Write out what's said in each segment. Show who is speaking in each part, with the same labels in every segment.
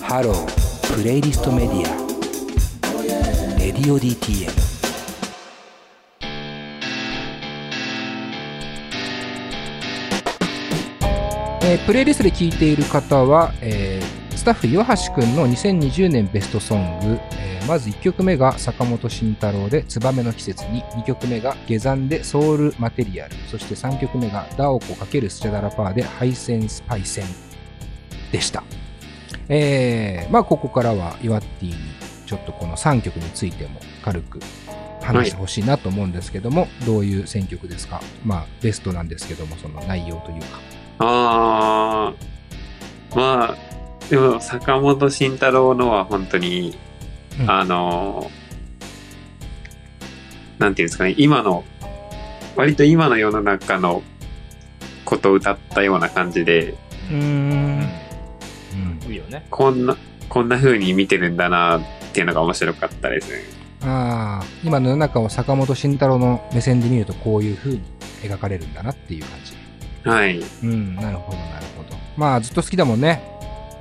Speaker 1: ハロープレイリストメディア「レディオ DTM」えープレイリストで聴いている方は、えースタッフ岩橋くんの2020年ベストソング、えーまず1曲目が坂本慎太郎で「ツバメの季節に」2曲目が「下山」で「ソウルマテリアル」そして3曲目が「ダオコ×スチャダラパー」で「ハイセンスパイセン」でした。えーまあここからは岩ティにちょっとこの3曲についても軽く話してほしいなと思うんですけども、どういう選曲ですかまあベストなんですけどもその内容というか
Speaker 2: ああ、まあ、でも坂本慎太郎のは本当に、
Speaker 1: うん
Speaker 2: あのー、なんていうんですかね、今の、割と今の世の中のことを歌ったような感じで、
Speaker 1: うん
Speaker 3: いいよね。
Speaker 2: こんな、こんな風に見てるんだなっていうのが面白かったですね。
Speaker 1: ああ今の世の中を坂本慎太郎の目線で見るとこういう風に描かれるんだなっていう感じ
Speaker 2: はい。
Speaker 1: うんなるほどなるほどまあずっと好きだもんね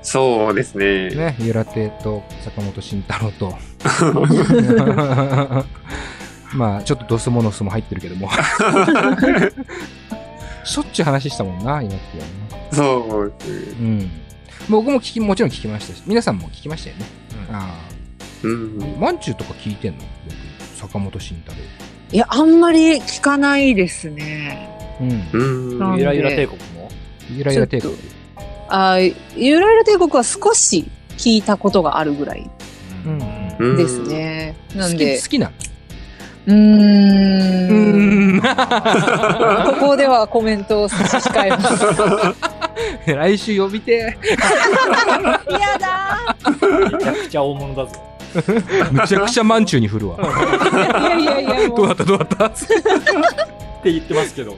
Speaker 2: そうですね。
Speaker 1: ねゆらてと坂本慎太郎 とまあちょっとドスモノスも入ってるけど もしょっちゅう話したもんな、今ってはね。
Speaker 2: そうですね。
Speaker 1: うん。僕も聞き、もちろん聞きましたし、皆さんも聞きましたよね。
Speaker 3: うん
Speaker 1: あ
Speaker 2: うん
Speaker 1: あ。。まんちゅうとか聞いてんの僕、坂本慎太郎。
Speaker 4: いや、あんまり聞かないですね。
Speaker 1: うん。
Speaker 2: うん。
Speaker 4: なん
Speaker 3: ゆ
Speaker 4: で
Speaker 3: らゆら帝国も。
Speaker 1: ゆらゆら帝国。
Speaker 4: あーゆらゆら帝国は少し聞いたことがあるぐらい
Speaker 1: うん
Speaker 2: う
Speaker 4: ですね。なんで
Speaker 1: 好き、好きなの
Speaker 4: うーん。
Speaker 1: ん。
Speaker 4: ここではコメントを差し控え ます。
Speaker 1: 来週呼びて
Speaker 4: やだ
Speaker 3: めちゃくちゃ大物だぞ。
Speaker 1: え。めちゃくちゃまんちゅうに振るわ。
Speaker 4: ーいやいやいや、も
Speaker 1: どう
Speaker 4: う
Speaker 1: だったどうだった
Speaker 3: って言ってますけど。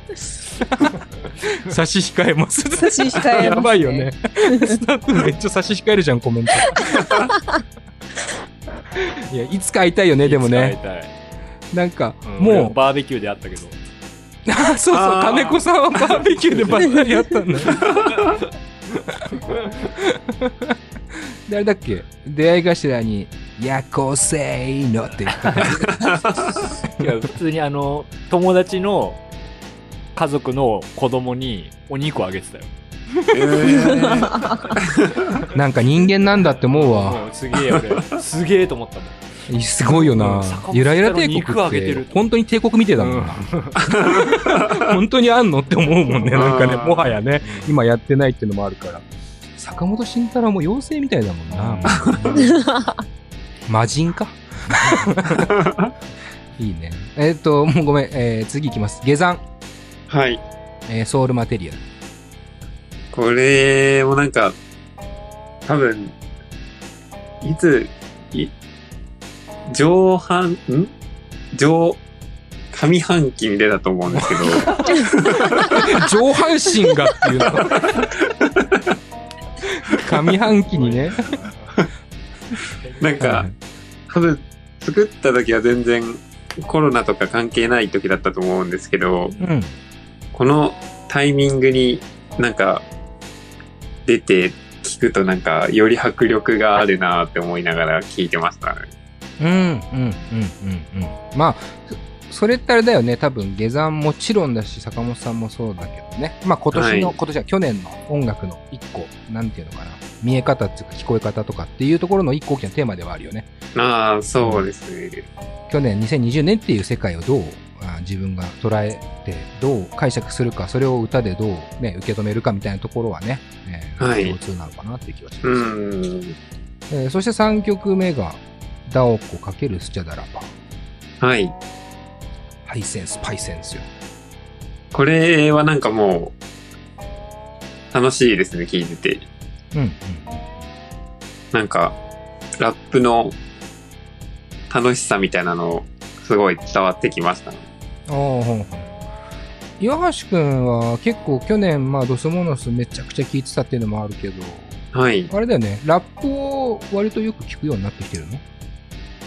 Speaker 1: 差し控え ます。
Speaker 4: 差し控えます、ね。
Speaker 1: やばいよね。。スタッフめっちゃ差し控えるじゃん、コメン ト。いや、いつか会いたいよね、でもね。
Speaker 3: いつか会いたい。
Speaker 1: なんか、
Speaker 3: も
Speaker 1: も
Speaker 3: う
Speaker 1: う、
Speaker 3: バーベキューであったけど。
Speaker 1: あそうそう
Speaker 2: あー
Speaker 1: 金子さんはバーベキューでばったり会ったんだであれだっけ出会い頭に「夜行性の」って言った
Speaker 3: いや普通にあの友達の家族の子供にお肉あげてたよ。
Speaker 1: なんか人間なんだって思うわ
Speaker 3: うんすげ え俺すげえと思ったもん。
Speaker 1: すごいよな、
Speaker 3: うん坂本
Speaker 1: ゆらゆら帝国
Speaker 3: 肉あ
Speaker 1: っ
Speaker 3: げて
Speaker 1: て
Speaker 3: る
Speaker 1: 本当に帝国みてえだもんな、本当にあんのって思うもんねなんかね
Speaker 2: あー
Speaker 1: もはや ね今やってないっていうのもあるから坂本慎太郎も妖精みたいだもん な魔人 かいいねえっ、ともうごめん、えー次いきます下山、
Speaker 2: はい。
Speaker 1: えーソウルマテリアル
Speaker 2: これもなんか、多分、いつ、い、上半、ん上、上半期に出たと思うんですけど、
Speaker 1: 上半身がっていうの 上半期にね
Speaker 2: なんか、多分、作った時は全然コロナとか関係ない時だったと思うんですけど、
Speaker 1: うん
Speaker 2: このタイミングになんか、出て聞くとなんか、より迫力があるなって思いながら聞いてましたね。
Speaker 1: うんうんうんうんうんまあそそれってあれだよね多分下山もちろんだし坂本さんもそうだけどねまあ今年の、
Speaker 2: はい
Speaker 1: 今年は去年の音楽の一個なんていうのかな見え方っていうか聞こえ方とかっていうところの一個大きなテーマではあるよね
Speaker 2: ああ、そうですね。
Speaker 1: 去年2020年っていう世界をどうあ自分が捉えてどう解釈するかそれを歌でどう、ね、受け止めるかみたいなところはね、えー
Speaker 2: はい
Speaker 1: 共通なのかなっていう気がします、
Speaker 2: うん。
Speaker 1: えーそして3曲目が「ダオコ×スチャダラパ」
Speaker 2: はい。
Speaker 1: 「ハイセンスパイセンスよ」
Speaker 2: これはなんかもう、楽しいですね、聞いてて。
Speaker 1: うんうん
Speaker 2: なんか、ラップの楽しさみたいなの、すごい伝わってきましたね。
Speaker 1: うん、ああほんほん岩橋くんは結構去年、まあ、ドスモノスめちゃくちゃ聴いてたっていうのもあるけど
Speaker 2: はい。
Speaker 1: あれだよねラップを割とよく聞くようになってきてるの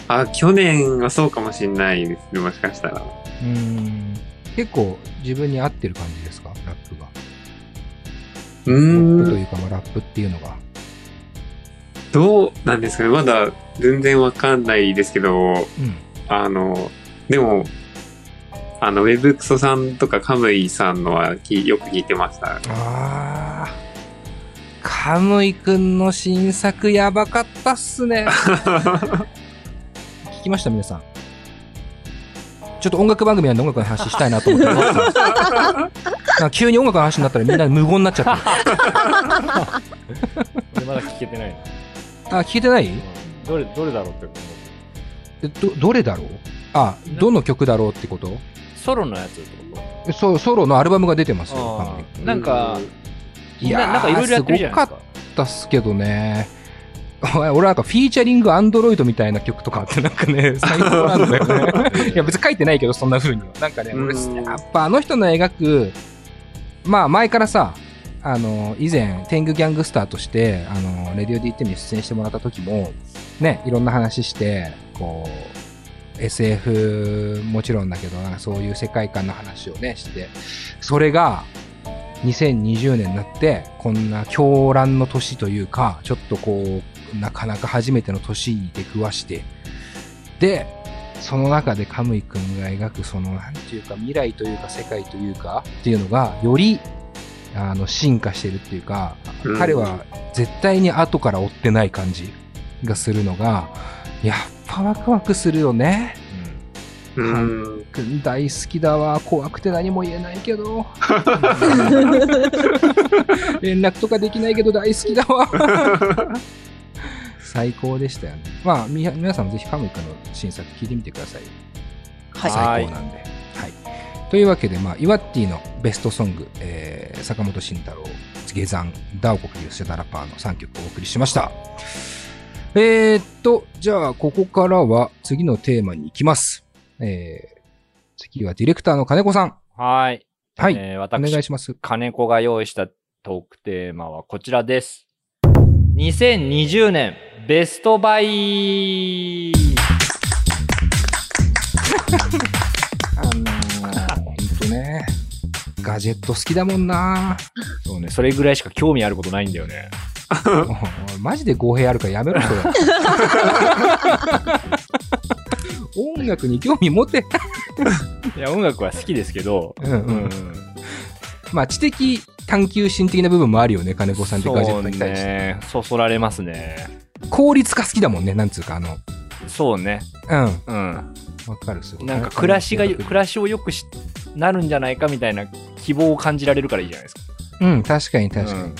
Speaker 2: あ、去年はそうかもしんないですね、もしかしたら。
Speaker 1: うーん結構自分に合ってる感じですかラップが
Speaker 2: う
Speaker 1: ラップと
Speaker 2: ーん。
Speaker 1: いうか、まあ、ラップっていうのが
Speaker 2: どうなんですかねまだ全然わかんないですけど、
Speaker 1: うん。
Speaker 2: あの、でも、あの、ウェブクソさんとかカムイさんのはきよく聞いてました。
Speaker 1: ああ。カムイくんの新作やばかったっす ね。聞きました皆さん。ちょっと音楽番組なんで音楽の話したいなと思ってな んか急に音楽の話になったらみんな無言になっちゃっ た。
Speaker 3: 俺まだ聞けてないな。
Speaker 1: あ、聞いてない
Speaker 3: うんどれ、どれだろうって思う。
Speaker 1: えど、どれだろうあ、どの曲だろうってこと
Speaker 3: ソロのやつってこ
Speaker 1: そう、ソロのアルバムが出てますよ、カ
Speaker 3: と
Speaker 1: ムイ
Speaker 3: うんなんか、
Speaker 1: い
Speaker 3: な
Speaker 1: やー
Speaker 3: なんかいろいろやってるじゃないですか。
Speaker 1: だったっすけどね。 俺なんかフィーチャリングアンドロイドみたいな曲とかあってなんかね、最高なんだよね。いや別に書いてないけど、そんな風には。なんかね、俺
Speaker 2: うん
Speaker 1: やっぱあの人の描く、まあ前からさ、あの、以前、天狗ギャングスターとして、あの、レディオ DT に出演してもらった時も、ね、いろんな話して、こう、SF もちろんだけど、なんかそういう世界観の話をね、して、それが、2020年になって、こんな狂乱の年というか、ちょっとこう、なかなか初めての年に出くわして、で、その中でカムイ君が描く、その、なんていうか、未来というか、世界というか、っていうのが、より、あの、進化してるっていうか、
Speaker 2: うん
Speaker 1: 彼は絶対に後から追ってない感じがするのが、やっぱワクワクするよね。
Speaker 2: うん。
Speaker 1: くん大好きだわ怖くて何も言えないけど連絡とかできないけど大好きだわ最高でしたよねまあみや皆さんもぜひカムイ君の新作聞いてみてください
Speaker 4: はい。
Speaker 3: あ
Speaker 1: 最高なんではいというわけで、まあ、イワッティのベストソング、えー坂本慎太郎下山ダオコキュセダラパーの3曲をお送りしましたえー、っとじゃあここからは次のテーマに行きますえー、次はディレクターの金子さん
Speaker 3: はい。
Speaker 1: はい、
Speaker 3: えー
Speaker 1: お願い
Speaker 3: 私、
Speaker 1: します
Speaker 3: 金子が用意したトークテーマはこちらです。2020年ベストバイ
Speaker 1: あのー、ほんとねガジェット好きだもんな
Speaker 3: そうね、それぐらいしか興味あることないんだよね。
Speaker 1: おい マジで語弊あるからやめろそ れ音楽に興味持て
Speaker 3: いや、音楽は好きですけど、
Speaker 1: うんうん
Speaker 3: ん
Speaker 1: まあ知的探求心的な部分もあるよね金子さんってガジェットに対して、
Speaker 3: そうね、そそられますね。
Speaker 1: 効率化好きだもんねなんつうかあの
Speaker 3: そうね。
Speaker 1: うん
Speaker 3: うん。
Speaker 1: わかるすごい
Speaker 3: なんか暮らしが、
Speaker 1: うん
Speaker 3: 暮らしを良くしなるんじゃないかみたいな希望を感じられるからいいじゃないですか。
Speaker 1: うん確かに確かに、
Speaker 3: うん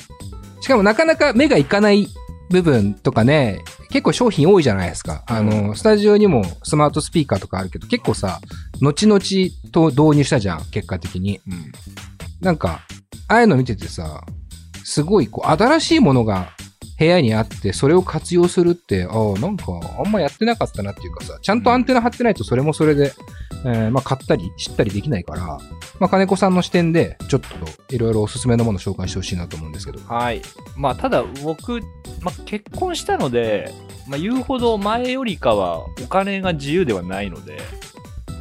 Speaker 1: しかもなかなか目がいかない部分とかね、結構商品多いじゃないですか。あの、スタジオにもスマートスピーカーとかあるけど、結構さ、後々と導入したじゃん、結果的に。
Speaker 3: うん
Speaker 1: なんか、ああいうの見ててさ、すごいこう、新しいものが部屋にあって、それを活用するって、ああ、なんか、あんまやってなかったなっていうかさ、ちゃんとアンテナ張ってないとそれもそれで、えーまあ、買ったり、知ったりできないから、まあ、金子さんの視点で、ちょっと、いろいろおすすめのもの紹介してほしいなと思うんですけど。
Speaker 3: はい。まあ、ただ僕、まあ、結婚したので、まあ、言うほど前よりかはお金が自由ではないので、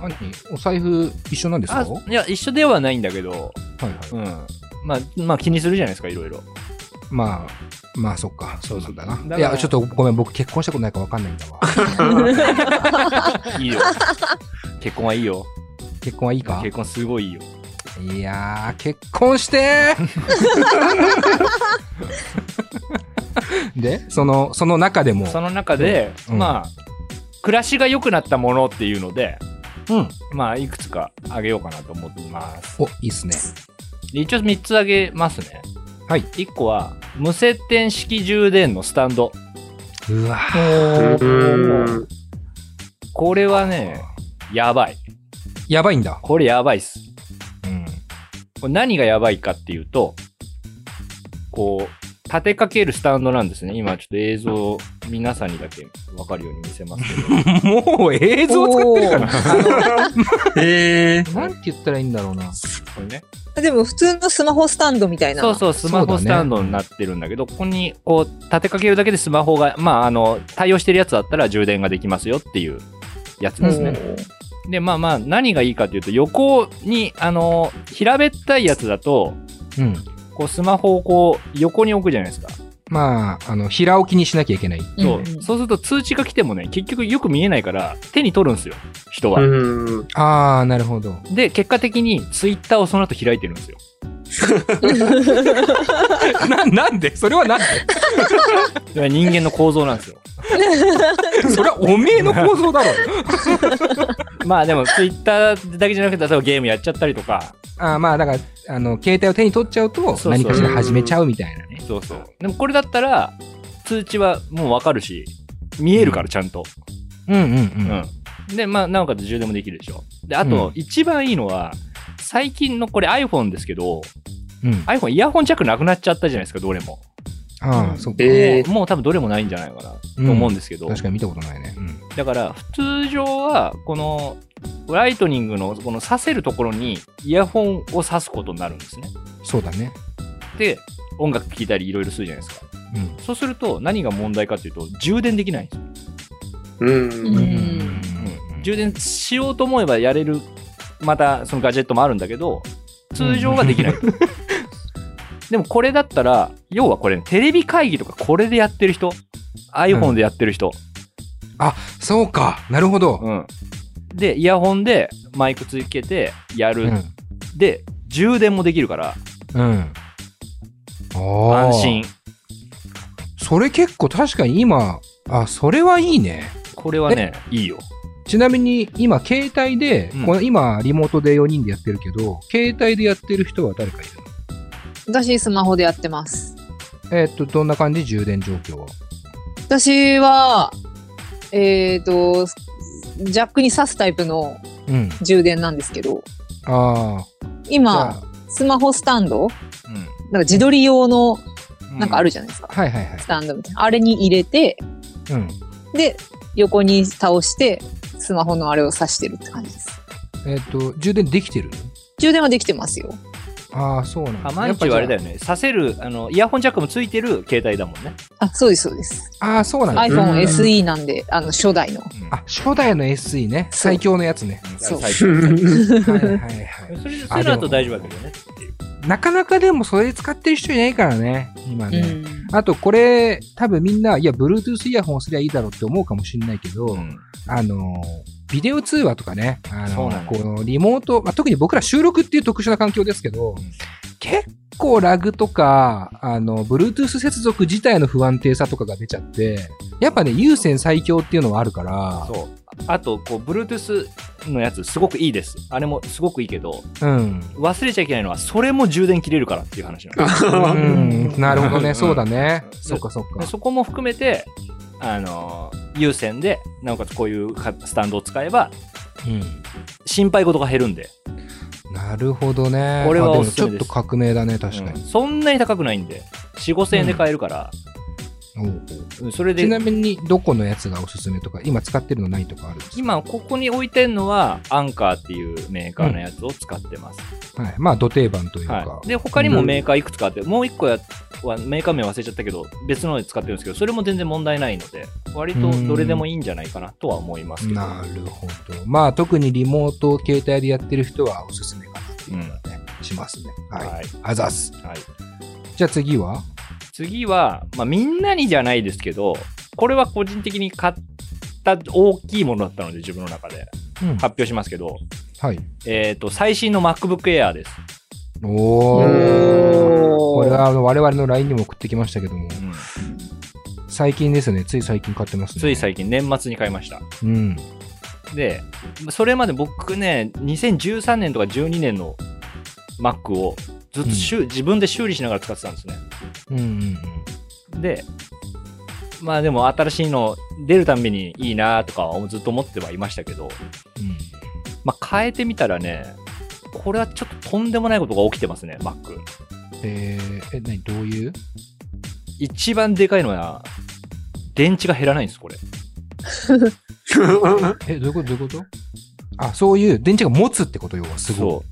Speaker 1: 兄お財布一緒なんですか
Speaker 3: あいや、一緒ではないんだけど、
Speaker 1: はいはい。
Speaker 3: うん。まあ、まあ、気にするじゃないですか、いろいろ。
Speaker 1: まあ、まあそっか、そうなんだな。
Speaker 3: そ
Speaker 1: い
Speaker 3: うだだか
Speaker 1: や、
Speaker 3: ら
Speaker 1: ちょっとごめん、僕結婚したことないからわかんないんだ わ。
Speaker 3: い いよ。結婚はいいよ。
Speaker 1: 結婚はいいか
Speaker 3: 結婚すごいいいよ。
Speaker 1: いやー、結婚 してーで、その、その中でも、
Speaker 3: その中で、
Speaker 1: うん
Speaker 3: まあ、暮らしが良くなったものっていうので、
Speaker 1: うん。
Speaker 3: まあ、いくつかあげようかなと思ってます。
Speaker 1: お、いいっすね。
Speaker 3: で一応3つあげますね。
Speaker 1: はい
Speaker 3: 1個は、無接点式充電のスタンド。
Speaker 1: うわ
Speaker 2: うん。
Speaker 3: これはね、やばい。
Speaker 1: やばいんだ。
Speaker 3: これやばいっす。
Speaker 1: うん。
Speaker 3: これ何がやばいかっていうと、こう、立てかけるスタンドなんですね。今ちょっと映像を皆さんにだけわかるように見せますけ ど。
Speaker 1: もう映像使ってるから。
Speaker 2: え ー、
Speaker 1: なんて言ったらいいんだろうな。
Speaker 3: これね。
Speaker 4: でも普通のスマホスタンドみたいな。
Speaker 3: そうそう、スマホスタンドになってるんだけど、ここにこう、立てかけるだけでスマホが、まあ、あの、対応してるやつだったら充電ができますよっていうやつ
Speaker 4: うん
Speaker 3: ですね。で、まあまあ、何がいいかというと、横に、あの、平べったいやつだと、
Speaker 1: うん。
Speaker 3: こう、スマホをこう、横に置くじゃないですか。
Speaker 1: まあ、あの、平置きにしなきゃいけない。
Speaker 3: そう、
Speaker 4: んん
Speaker 3: そうすると通知が来てもね、結局よく見えないから、手に取るんですよ、人は。
Speaker 2: うん。
Speaker 1: あー、なるほど。
Speaker 3: で、結果的にツイッターをその後開いてるんですよ。
Speaker 1: な、なんでそれはなんで
Speaker 3: だから人間の構造なんですよ。
Speaker 1: それはおめえの構造だろ。
Speaker 3: まあでも、ツイッターだけじゃなくて、例えばゲームやっちゃったりとか、
Speaker 1: あー、まあ、だから、あの、携帯を手に取っちゃうと
Speaker 3: う、そう
Speaker 1: 何かしら始めちゃうみたいなね。
Speaker 3: そうそう。でもこれだったら、通知はもうわかるし、見えるからちゃんと。
Speaker 1: うんうんう。
Speaker 3: うんん。で、まあ、なおかつ充電もできるでしょ。で、あと
Speaker 1: う、
Speaker 3: 一番いいのは、最近のこれ iPhone ですけど、
Speaker 1: うん。
Speaker 3: iPhone イヤホンジャックなくなっちゃったじゃないですか、どれも。
Speaker 1: あー、そっか。
Speaker 2: えー
Speaker 3: もうもう多分どれもないんじゃないかなと思うんですけど。
Speaker 1: 確かに見たことないね。うん。
Speaker 3: だから、通常は、この、ライトニングの、この挿せるところに、イヤホンを挿すことになるんですね。
Speaker 1: そうだね。
Speaker 3: で、音楽聴いたりいろいろするじゃないですか。
Speaker 1: うん。
Speaker 3: そうすると、何が問題かというと、充電できないんですよ。
Speaker 2: うん。
Speaker 4: うん
Speaker 3: 充電しようと思えばやれる、またそのガジェットもあるんだけど、通常はできない。 でもこれだったら、要はこれ、テレビ会議とかこれでやってる人、iPhone でやってる人、
Speaker 1: そうか。なるほど。
Speaker 3: うん。で、イヤホンでマイクつけてや
Speaker 1: う
Speaker 3: る。
Speaker 1: ん。
Speaker 3: で、充電もできるから、
Speaker 1: うん。ああ。
Speaker 3: 安心。。
Speaker 1: それ結構確かに今、あ、それはいいね。
Speaker 3: これはね、いいよ。
Speaker 1: ちなみに今、携帯で、
Speaker 3: うん
Speaker 1: この今、リモートで4人でやってるけど、携帯でやってる人は誰かいる
Speaker 4: 私、スマホでやってます。
Speaker 1: のえーっと、どんな感じ充電状況は。
Speaker 4: 私は、えっ、と、ジャックに挿すタイプの
Speaker 1: うん。
Speaker 4: 充電なんですけど、
Speaker 1: ああ。
Speaker 4: 今、スマホスタンドなんか自撮り用の、
Speaker 3: う
Speaker 4: なんかあるじゃないですか。
Speaker 1: あ、はいはいはい。
Speaker 4: スタンドみたいな。あれに入れて、
Speaker 1: うん。
Speaker 4: で、横に倒して、スマホのあれを挿してるって感じです。
Speaker 1: えーっと、充電できてる
Speaker 4: 充電はできてますよ。
Speaker 1: ああ、そうなんだ。
Speaker 3: あ毎日はあれだ
Speaker 1: よ。
Speaker 3: よね。させる、あの、イヤホンジャックもついてる携帯だもんね。
Speaker 4: あ、そうです、そうです。
Speaker 1: ああ、そうなんだ。
Speaker 2: うん
Speaker 4: iPhone SE なんで、あの、初代の。
Speaker 3: うん
Speaker 1: あ、初代の SE ね。最強のやつね。
Speaker 4: そう
Speaker 3: 最近最近
Speaker 1: はいはいはい。
Speaker 3: それそれだと大丈夫だけどね。
Speaker 1: なかなかでもそれ使ってる人いないからね、今
Speaker 4: う
Speaker 1: ね。
Speaker 4: ん。
Speaker 1: あとこれ、多分みんな、いや、Bluetooth イヤホンすりゃいいだろうって思うかもしれないけど、あの、ビデオ通話とかね、あ
Speaker 3: そう
Speaker 1: の
Speaker 3: な、んだ
Speaker 1: このリモート、まあ、特に僕ら収録っていう特殊な環境ですけど、
Speaker 3: うん
Speaker 1: 結構ラグとか、あの、Bluetooth 接続自体の不安定さとかが出ちゃって、やっぱね、有線最強っていうのはあるから、
Speaker 3: そう。あと、こう、Bluetooth のやつ、すごくいいです。あれもすごくいいけど、
Speaker 1: うん。
Speaker 3: 忘れちゃいけないのは、それも充電切れるからっていう話な の。
Speaker 1: うん、なるほど
Speaker 3: う
Speaker 1: ね、
Speaker 3: ん
Speaker 1: そうだね。
Speaker 3: うん
Speaker 1: そうかそうか
Speaker 3: で。そこも含めて、あのー有線で、なおかつこういうかスタンドを使えば、
Speaker 1: うん。
Speaker 3: 心配事が減るんで、
Speaker 1: なるほどね。
Speaker 3: これは
Speaker 1: あでも
Speaker 3: おすすめです
Speaker 1: ちょっと革命だね、確か
Speaker 3: うん
Speaker 1: に。
Speaker 3: そんなに高くないんで、4、5千円で買えるから、
Speaker 1: おうおう
Speaker 3: うんそれ
Speaker 1: ちな
Speaker 3: で、
Speaker 1: みに、どこのやつがおすすめとか、今使ってるのないとかあるんです
Speaker 3: 今、ここに置いてんのは、アンカーっていうメーカーのやつを使ってます。
Speaker 1: かはい。まあ、土定番というか。
Speaker 3: はい、で他にもメーカーいくつかあって、もう一個やはメーカー名忘れちゃったけど別ので使ってるんですけどそれも全然問題ないので割とどれでもいいんじゃないかなとは思いますけど
Speaker 1: なるほど。まあ、特にリモートを携帯でやってる人はおすすめかなっていうのがね、しますね。
Speaker 3: は、
Speaker 1: はいい。
Speaker 3: はい
Speaker 1: あざっす。じゃあ次は
Speaker 3: 次は、まあ、みんなにじゃないですけどこれは個人的に買った大きいものだったので自分の中で
Speaker 1: うん
Speaker 3: 発表しますけど、
Speaker 1: はい。
Speaker 3: えー、と最新の MacBook Air です、
Speaker 1: おー。こ
Speaker 4: お
Speaker 1: れ
Speaker 4: ー。
Speaker 1: はあの我々の LINE にも送ってきましたけども、
Speaker 3: うん
Speaker 1: 最近ですね、つい最近買ってますね。
Speaker 3: つい最近年末に買いました
Speaker 1: 近。うん。
Speaker 3: でそれまで僕ね2013年とか12年の Mac をずっと修自分で修理しながら使ってたんですね
Speaker 1: うんうん
Speaker 3: でまあでも新しいの出るたんびにいいなとかはずっと思ってはいましたけど、まあ、変えてみたらねこれはちょっととんでもないことが起きてますね Mac
Speaker 1: うん。えー、え、何どういう
Speaker 3: 一番でかいのは電池が減らないんですこれ
Speaker 1: え、どういうことどういうことあ、そういう電池が持つってこと要はすごい。
Speaker 3: そう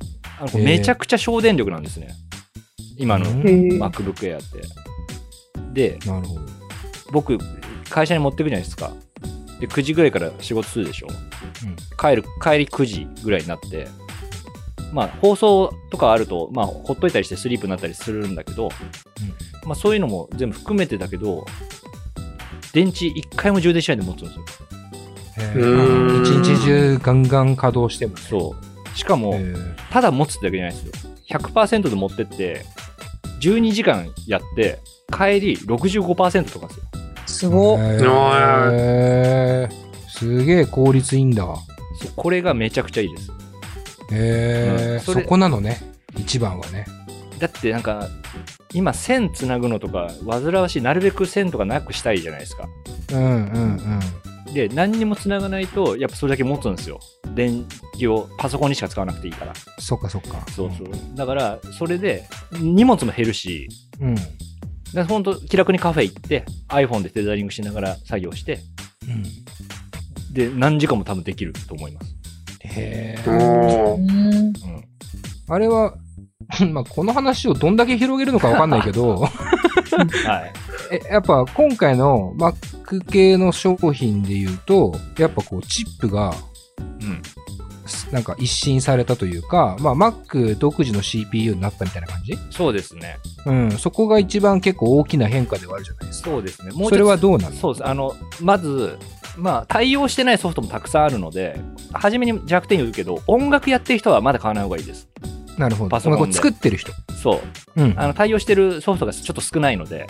Speaker 3: あの
Speaker 1: へー
Speaker 3: めちゃくちゃ省電力なんですね今の
Speaker 1: うん
Speaker 4: へー
Speaker 3: MacBook Air ってで
Speaker 1: なるほど。
Speaker 3: 僕会社に持ってくじゃないですかで9時ぐらいから仕事するでしょ、帰る帰り9時ぐらいになってまあ放送とかあると、まあ、ほっといたりしてスリープになったりするんだけど、まあ、そういうのも全部含めてだけど、電池一回も充電しないで持つんですよ。
Speaker 1: えー
Speaker 2: う
Speaker 1: 一
Speaker 2: ーん
Speaker 1: 日中ガンガン稼働してもね。
Speaker 3: そう。しかも、
Speaker 1: えー
Speaker 3: ただ持つってだけじゃないですよ。100%で持ってって、12時間やって、帰り65%とかですよ。
Speaker 4: すごっ。
Speaker 1: へーすげえ効率いいんだわ。
Speaker 3: そうこれがめちゃくちゃいいです。
Speaker 1: へー
Speaker 3: うんそ
Speaker 1: そ
Speaker 3: れ
Speaker 1: こなのね、一番はね。
Speaker 3: だってなんか、今線つなぐのとか、煩わしい、なるべく線とかなくしたいじゃないですか。
Speaker 1: うんうんうん。
Speaker 3: で、何にもつながないと、やっぱそれだけ持つんですよ。電気をパソコンにしか使わなくていいから。
Speaker 1: そっかそっか。
Speaker 3: そうそう。だから、それで、荷物も減るし、
Speaker 1: うん。うん。
Speaker 3: だからほんと気楽にカフェ行って、iPhone でテザリングしながら作業して、で、何時間も多分できると思い ます。
Speaker 1: へ
Speaker 2: お
Speaker 1: ー
Speaker 2: お
Speaker 4: う。ん。
Speaker 3: うん。
Speaker 1: あれは、 まあ、この話をどんだけ広げるのかわかんないけど、
Speaker 3: はい。
Speaker 1: えやっぱ今回の Mac 系の商品で言うと、やっぱこうチップが
Speaker 3: うん。
Speaker 1: なんか一新されたというか、まあ Mac 独自の CPU になったみたいな感じ
Speaker 3: そうですね。
Speaker 1: うん。そこが一番結構大きな変化ではあるじゃないですか。
Speaker 3: そうですね。もうちょっと
Speaker 1: それはどうなの
Speaker 3: そうです。あの、まず、まあ、対応してないソフトもたくさんあるので、初めに弱点言うけど、音楽やってる人はまだ買わない方がいいです。
Speaker 1: なるほど。
Speaker 3: パソコン
Speaker 1: こ
Speaker 3: で
Speaker 1: れ作ってる人。
Speaker 3: そう。
Speaker 1: うん。
Speaker 3: あの、対応してるソフトがちょっと少ないので、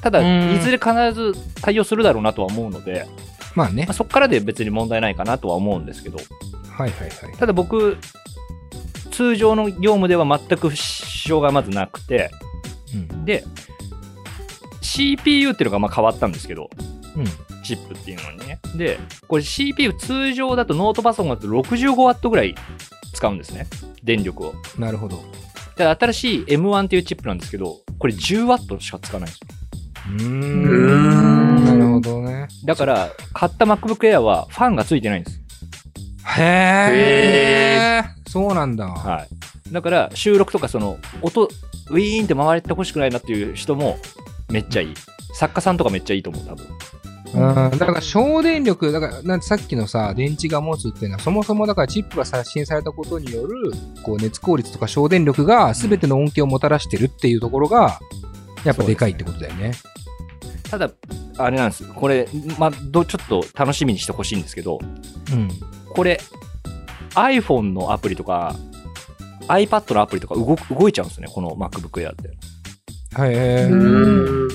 Speaker 3: ただ、
Speaker 1: うん
Speaker 3: いずれ必ず対応するだろうなとは思うので、
Speaker 1: まあね
Speaker 3: まあ、。そこからで別に問題ないかなとは思うんですけど、
Speaker 1: はいはいはい。
Speaker 3: ただ僕、通常の業務では全く支障がまずなくて、
Speaker 1: うん。
Speaker 3: で、CPU っていうのがまあ変わったんですけど、
Speaker 1: うん。
Speaker 3: チップっていうのにね。で、これ CPU 通常だとノートパソコンだと 65W ぐらい使うんですね。電力を。
Speaker 1: なるほど。う
Speaker 3: ただ新しい M1 っていうチップなんですけど、これ 10W しか使わないんですよ。
Speaker 1: ー
Speaker 2: うー
Speaker 1: ん。
Speaker 2: ん
Speaker 1: なるほどね。
Speaker 3: だから、買った MacBook Air はファンがついてないんです。
Speaker 1: へー。そうなんだ。
Speaker 3: はい。だから、収録とかその、音、ウィーンって回ってほしくないなっていう人もめっちゃいい。作家さんとかめっちゃいいと思う、多分。
Speaker 1: うん。だから省電力、だからなんてさっきのさ、電池が持つっていうのは、そもそもだからチップが刷新されたことによる、こう熱効率とか省電力が全ての恩恵をもたらしてるっていうところが、やっぱでかいってことだよね。
Speaker 3: ただ、あれなんです。これ、ま、ど、ちょっと楽しみにしてほしいんですけど、
Speaker 1: うん。
Speaker 3: これ iPhone のアプリとか iPad のアプリとか動く動いちゃうんですねこの MacBook Air って
Speaker 1: へ
Speaker 2: う
Speaker 1: ー。
Speaker 2: ーん。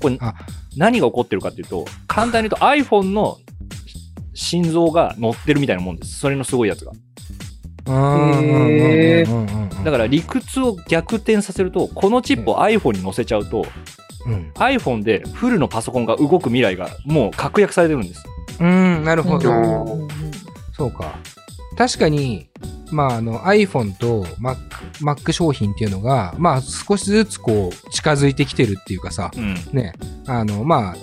Speaker 3: これ
Speaker 1: あ
Speaker 3: 何が起こってるかっていうと簡単に言うと iPhone の心臓が乗ってるみたいなもんですそれのすごいやつが
Speaker 1: へ
Speaker 4: へ
Speaker 1: うんうんうんうん
Speaker 3: だから理屈を逆転させるとこのチップを iPhone に載せちゃうと
Speaker 1: うん。
Speaker 3: iPhone でフルのパソコンが動く未来がもう確約されてるんです
Speaker 1: うん、なるほど。
Speaker 2: うん
Speaker 1: そうか。確かに、まあ、あの iPhone と Mac, Mac 商品っていうのが、まあ、少しずつこう、近づいてきてるっていうかさ、
Speaker 3: うん
Speaker 1: ね、あの、まあ、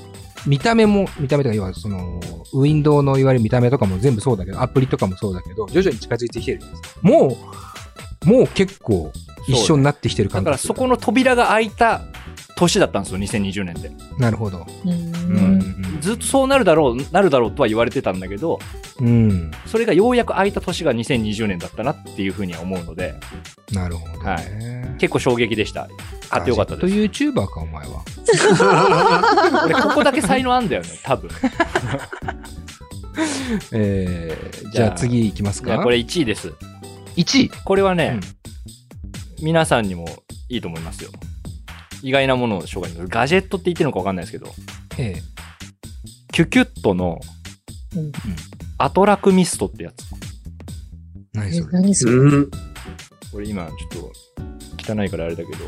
Speaker 1: 見た目も、見た目とか、要はその、ウィンドウのいわゆる見た目とかも全部そうだけど、アプリとかもそうだけど、徐々に近づいてきてるじゃないですかもう、もう結構一緒になってきてる
Speaker 3: だ
Speaker 1: 感じ
Speaker 3: からそこの扉が開いた年だったんですよ2020年って
Speaker 1: なるほど。
Speaker 4: うん
Speaker 3: ずっとそうなるだろうなるだろうとは言われてたんだけど
Speaker 1: うん。
Speaker 3: それがようやく空いた年が2020年だったなっていうふうには思うので、
Speaker 1: なるほど、ね。
Speaker 3: はい結構衝撃でした。買ってよかったです。
Speaker 1: す。と YouTuber か、お前は。
Speaker 3: 俺、ここだけ才能あんだよね、多分。
Speaker 1: えー、じゃあ次いきます
Speaker 3: じゃ
Speaker 1: か。
Speaker 3: あこれ1位です。
Speaker 1: 1位。
Speaker 3: これはね、皆さんにもいいと思いますよ。意外なものを紹介する。ガジェットって言ってるのか分かんないですけど、
Speaker 1: ええ
Speaker 3: キュキュットの
Speaker 4: うん
Speaker 3: アトラクミストってやつ。
Speaker 1: 何
Speaker 4: え
Speaker 1: それ。
Speaker 4: 何それ
Speaker 2: うん。
Speaker 3: これ今、ちょっと汚いからあれだけど、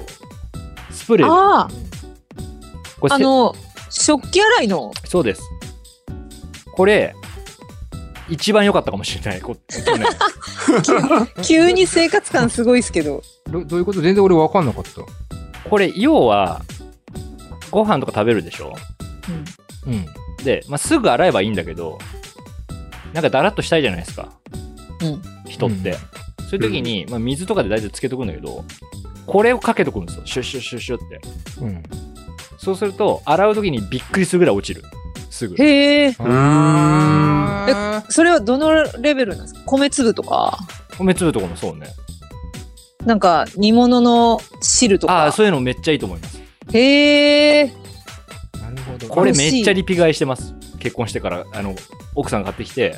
Speaker 3: スプレー。
Speaker 4: ああ、
Speaker 3: これ
Speaker 4: あ
Speaker 3: せ
Speaker 4: の、食器洗いの。
Speaker 3: そうです。これ、一番良かったかもしれない。こ 去年
Speaker 4: 急に生活感すごいですけど。
Speaker 1: どどういうこと全然俺分かんなかった。
Speaker 3: これ、要は、ご飯とか食べるでしょ
Speaker 1: うん。
Speaker 3: で、まあ、すぐ洗えばいいんだけど、なんかだらっとしたいじゃないですか。
Speaker 4: うん
Speaker 3: 人って。
Speaker 1: うん
Speaker 3: そういう時に、まあ、水とかで大体つけとくんだけど、これをかけとくんですよ。シュッシュッシュッシュッって。
Speaker 1: うん。
Speaker 3: そうすると、洗う時にびっくりするぐらい落ちる。すぐ。
Speaker 4: へえ。
Speaker 1: あー
Speaker 4: それはどのレベルなんですか米粒とか、
Speaker 3: 米粒とかもそうね。
Speaker 4: なんか煮物の汁とか。
Speaker 3: ああ、そういうのめっちゃいいと思います。
Speaker 4: へえ。
Speaker 1: なるほど。
Speaker 3: これめっちゃリピ買いしてます。結婚してから、あの、奥さんが買ってきて、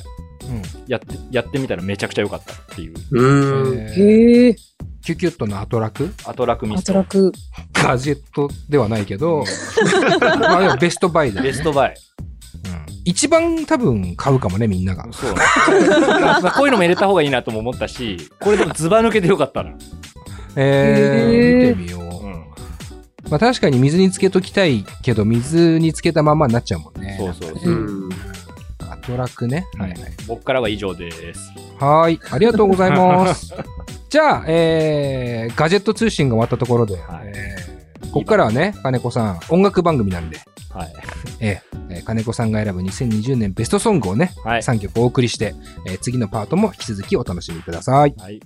Speaker 1: うん
Speaker 3: やって、やってみたらめちゃくちゃ良かったっていう、
Speaker 2: うーん。
Speaker 1: えー
Speaker 4: へえ。
Speaker 1: キュキュットのアトラク
Speaker 3: アトラクミ
Speaker 4: ア
Speaker 3: ス
Speaker 4: ト
Speaker 3: ト
Speaker 4: ラ。ク。
Speaker 1: ガジェットではないけど、 まあでもベストバイだ、ね
Speaker 3: ベストバイ。
Speaker 1: うん一番多分買うかもね、みんなが。
Speaker 3: そう ねまあこういうのも入れた方がいいなとも思ったし、これでもズバ抜けてよかったな。
Speaker 1: えー、
Speaker 4: へー
Speaker 1: 見てみよう。
Speaker 3: うん。
Speaker 1: まあ確かに水につけときたいけど、水につけたままになっちゃうもんね。
Speaker 3: そうそう
Speaker 2: う
Speaker 3: そう。
Speaker 2: ん。
Speaker 1: アトラクね。
Speaker 3: は
Speaker 1: はいい
Speaker 3: はい、僕からは以上です。
Speaker 1: はい。はい。ありがとうござい ます。じゃあ、えー、ガジェット通信が終わったところで、
Speaker 3: はい
Speaker 1: えーここからはね、金子さん、音楽番組なんで、
Speaker 3: はい。
Speaker 1: えー金子さんが選ぶ2020年ベストソングをね、
Speaker 3: はい。
Speaker 1: 3曲お送りして、えー次のパートも引き続きお楽しみください。
Speaker 3: はい。